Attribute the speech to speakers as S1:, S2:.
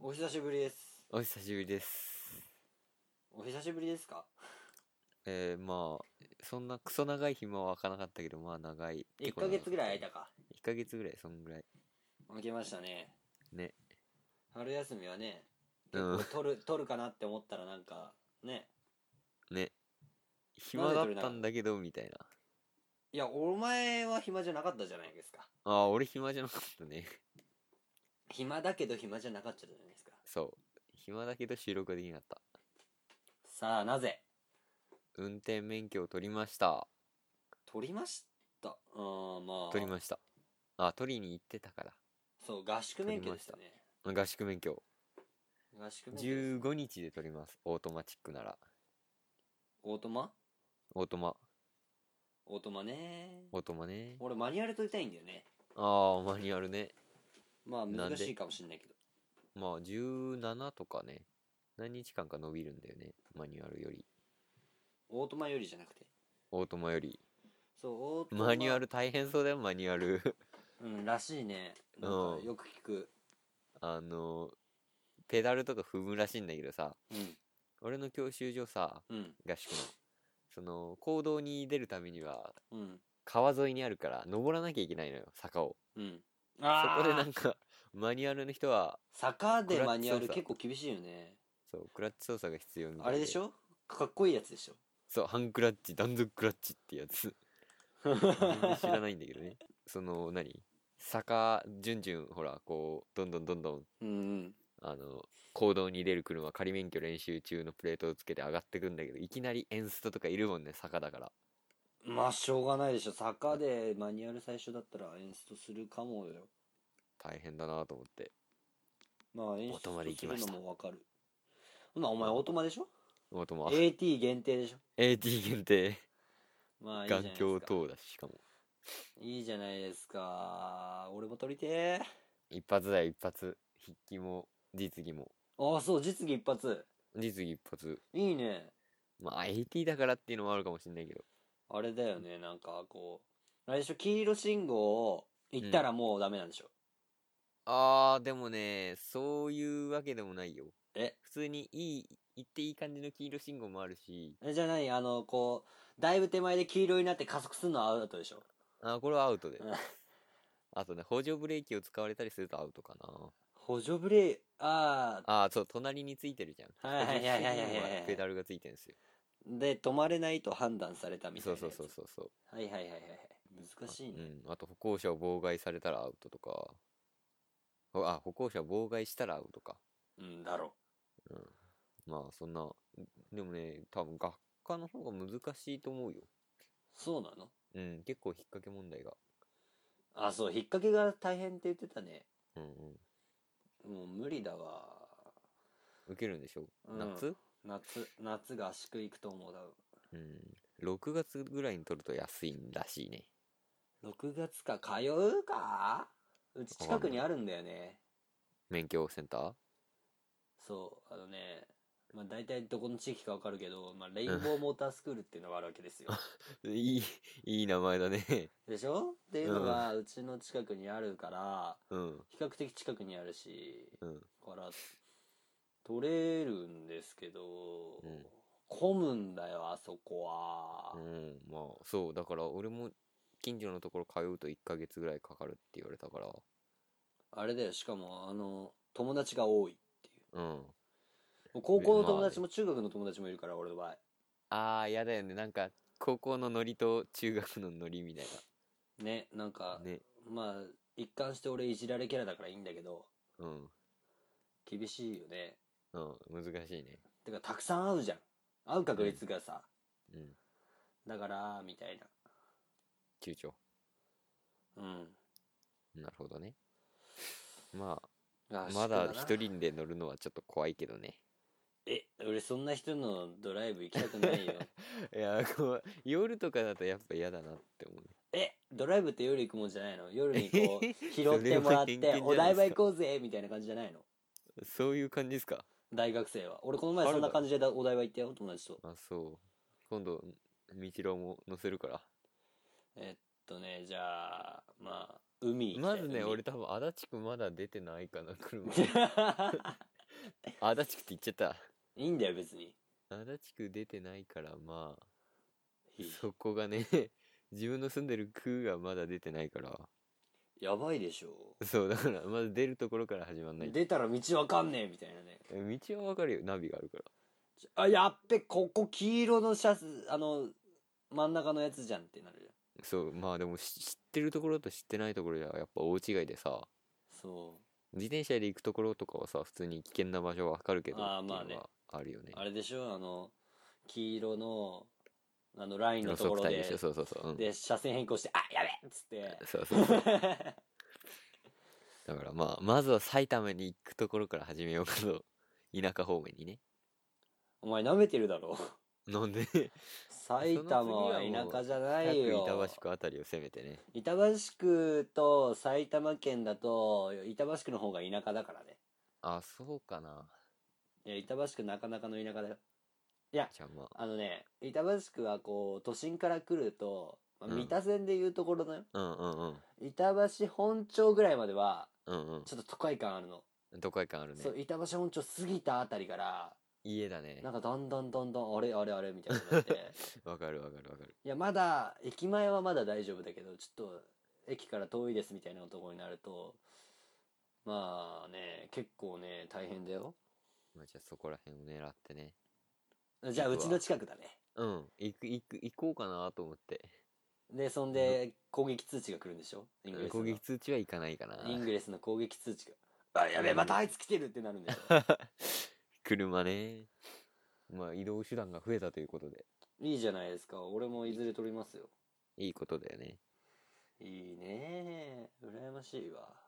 S1: お久しぶりです。
S2: お久しぶりです。
S1: お久しぶりですか
S2: えー、まあ、そんなクソ長い暇は開かなかったけど、まあ長い。
S1: ?1 ヶ月ぐらい空いた
S2: か。
S1: か。
S2: 1ヶ月ぐらい、そんぐらい。
S1: 開けましたね。
S2: ね。
S1: 春休みはね、結
S2: うん
S1: 構取る、取るかなって思ったらなんか、ね。
S2: ね。暇だったんだけど、みたいな。
S1: いや、お前は暇じゃなかったじゃないですか。
S2: ああー、俺暇じゃなかったね。
S1: 暇だけど暇じゃなかったじゃないですか。
S2: そう。暇だけど収録ができなかった。
S1: さあ、なぜ
S2: 運転免許を取りました。
S1: 取りました。うーん、まあ。
S2: 取りました。あ、取りに行ってたから。
S1: そう、合宿免許でしたね。
S2: まあ合宿免許。
S1: 合宿免許です。
S2: 15日で取ります。オートマチックなら。
S1: オートマ
S2: オートマ。
S1: オートマね。
S2: オートマね。
S1: 俺、マニュアル取りたいんだよね。
S2: ああ、マニュアルね。
S1: まあ、
S2: な
S1: 難
S2: んで
S1: しいかもしれないけど。
S2: まあ17とかね何日間か伸びるんだよねマニュアルより
S1: オートマよりじゃなくて。
S2: オートマより
S1: そう、オートマ。
S2: マニュアル大変そうだよマニュアル
S1: うん、らしいね。なんかよく聞く。
S2: あのペダルとか踏むらしいんだけどさ
S1: うん。
S2: 俺の教習所さ
S1: うん。
S2: 合宿のその行動に出るためには
S1: うん。
S2: 川沿いにあるから登らなきゃいけないのよ坂を
S1: うん。
S2: そこ
S1: あ
S2: でな
S1: あ
S2: んかマニュアルの人は
S1: 坂でマニュアル
S2: クラッチ操作
S1: 結構厳しいよね。
S2: そうクラッチ操作が必要みたい
S1: あれでしょかっこいいやつでしょ
S2: そう、ハンクラッチ、断続クラッチってやつ。全然知らないんだけど ね。その、何坂、順々、ほら、こう、どんどんどんどん、
S1: うんうん。
S2: あの、行動に出る車、仮免許練習中のプレートをつけて上がってくんだけど、いきなりエンストとかいるもんね、坂だから。
S1: まあ、しょうがないでしょ。坂でマニュアル最初だったら演出するかもよ。
S2: 大変だなと思って。
S1: まあ、演
S2: オートマ
S1: 出
S2: で行
S1: す
S2: き
S1: る
S2: まし
S1: の
S2: た
S1: もわかる。まあ、お前オートマでしょ
S2: もとも、
S1: ?AT 限定でしょ
S2: AT 限定、
S1: まあ、いいじゃない
S2: 眼
S1: です
S2: 鏡
S1: か。
S2: 等だし、しかも。
S1: いいじゃないですか。俺も撮りてー。
S2: 一発だよ、一発。筆記も、実技も。
S1: ああ、そう、実技一発。
S2: 実技一発。
S1: いいね。
S2: まあ、AT だからっていうのもあるかもしんないけど。
S1: あれだよね、なんかこう、あれでしょ、黄色信号を行ったらもうダメなんでしょ。
S2: あー、でもね、そういうわけでもないよ。
S1: え
S2: 普通にいい、言っていい感じの黄色信号もあるし、
S1: えじゃない、あの、こう、だいぶ手前で黄色になって加速するのはアウトでしょ。
S2: あー、これはアウト で
S1: うん。
S2: あとね、補助ブレーキを使われたりするとアウトかな。
S1: 補助ブレーキ、ああ、
S2: あー、そう、隣についてるじゃん。
S1: はいはいはいはいはいはい
S2: 補助ブレーキにもペダルがついてるんですよ。
S1: で、止まれないと判断されたみたい
S2: そ
S1: な
S2: う
S1: やつ。
S2: そうそうそうそう。
S1: はいはいはいはいはい。難しいね。
S2: うん。あと、歩行者を妨害されたらアウトとか。ほあ、歩行者を妨害したらアウトか。
S1: うん、だろ
S2: まあ、そんな。でもね、多分学科の方が難しいと思うよ。
S1: う。そうなの
S2: うん、結構引っ掛け問題が。
S1: あ、そう、引っ掛けが大変って言ってたね。
S2: うんうん。
S1: もう無理だわ。
S2: 受けるんでしょ、
S1: うん
S2: 夏
S1: 夏、夏合宿行くと思う、多分。
S2: うん6月ぐらいに取ると安いんらしいね
S1: 6月か、通うかうち近くにあるんだよね。
S2: 免許センター
S1: そうあのねまあ大体どこの地域かわかるけど、まあ、レインボーモータースクールっていうのがあるわけですよ
S2: いいいい名前だね
S1: でしょっていうのがうちの近くにあるから
S2: うん
S1: 比較的近くにあるし
S2: うん
S1: だから取れるんですけど、
S2: うん
S1: 混むんだよあそこは、
S2: うんまあそうだから俺も近所のところ通うと1ヶ月ぐらいかかるって言われたから
S1: あれだよしかもあの友達が多いっていう
S2: うん
S1: もう高校の友達も中学の友達もいるから俺の場合
S2: ああやだよねなんか高校のノリと中学のノリみたい
S1: ねなんか、
S2: なね
S1: まあ一貫して俺いじられキャラだからいいんだけど
S2: うん
S1: 厳しいよね
S2: うん難しいね
S1: てかたくさん会うじゃん会う確率がさ、
S2: うん
S1: だからみたいな
S2: 躊躇
S1: うん
S2: なるほどねまあ
S1: あ
S2: まだ
S1: 宿
S2: 一
S1: な
S2: 人で乗るのはちょっと怖いけどね
S1: え俺そんな人のドライブ行きたくないよ
S2: いやこう夜とかだとやっぱ嫌だなって思う
S1: えドライブって夜行くもんじゃないの夜にこう 拾ってもらっ
S2: それは偏見じゃないで
S1: て
S2: すか
S1: お台場行こうぜみたいな感じじゃないの
S2: そういう感じですか
S1: 大学生は俺この前そんな感じでだお台場行ったよ友達と
S2: あそう今度みちろも乗せるから
S1: えっとねじゃあまあ海行きたい
S2: まずね
S1: 海
S2: 俺多分足立区まだ出てないかな車足立区って言っちゃった
S1: いいんだよ別に
S2: 足立区出てないからまあ
S1: いい
S2: そこがね 自分の住んでる区がまだ出てないから
S1: やばいでしょ
S2: そうだからまだ出るところから始まんない
S1: 出たら道わかんねえみたいなね
S2: え道はわかるよナビがあるから
S1: ちょあやっべここ黄色のシャツあの真ん中のやつじゃんってなるじゃん
S2: そうまあでもし知ってるところと知ってないところじゃやっぱ大違いでさ
S1: そ
S2: 自転車で行くところとかはさ普通に危険な場所はわかるけど
S1: あー
S2: っていうの
S1: まあね
S2: はあるよね
S1: うあれでしょあの黄色のあのラインの
S2: 路
S1: とこ
S2: 側
S1: ろで
S2: 帯でしょそうそうそう、うん、
S1: で車線変更して「あやべえ!」っつって
S2: そうそうそうだからまあまずは埼玉に行くところから始めようかと田舎方面にね
S1: お前舐めてるだろ
S2: なんで
S1: 埼玉は田舎じゃないよ
S2: 早く板橋区あたりを攻めてね
S1: 板橋区と埼玉県だと板橋区の方が田舎だからね
S2: あそうかない
S1: や板橋区なかなかの田舎だよいや
S2: じゃあま
S1: あのね板橋区はこう都心から来ると、まあ
S2: うん
S1: 三田線でいうところのよ
S2: あうんうんうん
S1: 板橋本町ぐらいまでは
S2: うん
S1: ちょっと都会感あるの、
S2: うん都会感あるね
S1: そう板橋本町過ぎたあたりから
S2: 家だね
S1: なんかだんだんだんだんあれあれあれみたいになって
S2: わかるわかるわかる
S1: いやまだ駅前はまだ大丈夫だけどちょっと駅から遠いですみたいなところになるとまあね結構ね大変だよ
S2: まあじゃあそこら辺を狙ってね
S1: じゃあ
S2: 行
S1: う
S2: くわ
S1: ちの近くだね
S2: うん行く行く行こうかなと思って
S1: でそんで攻撃通知が来るんでしょイングレス
S2: 攻
S1: の
S2: 撃通知はいかないかな
S1: イングレスの攻撃通知が「あやべえまたあいつ来てる!」ってなるんでしょ
S2: 車ねまあ移動手段が増えたということで
S1: いいじゃないですか俺もいずれ取りますよ
S2: いいことだよね
S1: いいね羨ましいわ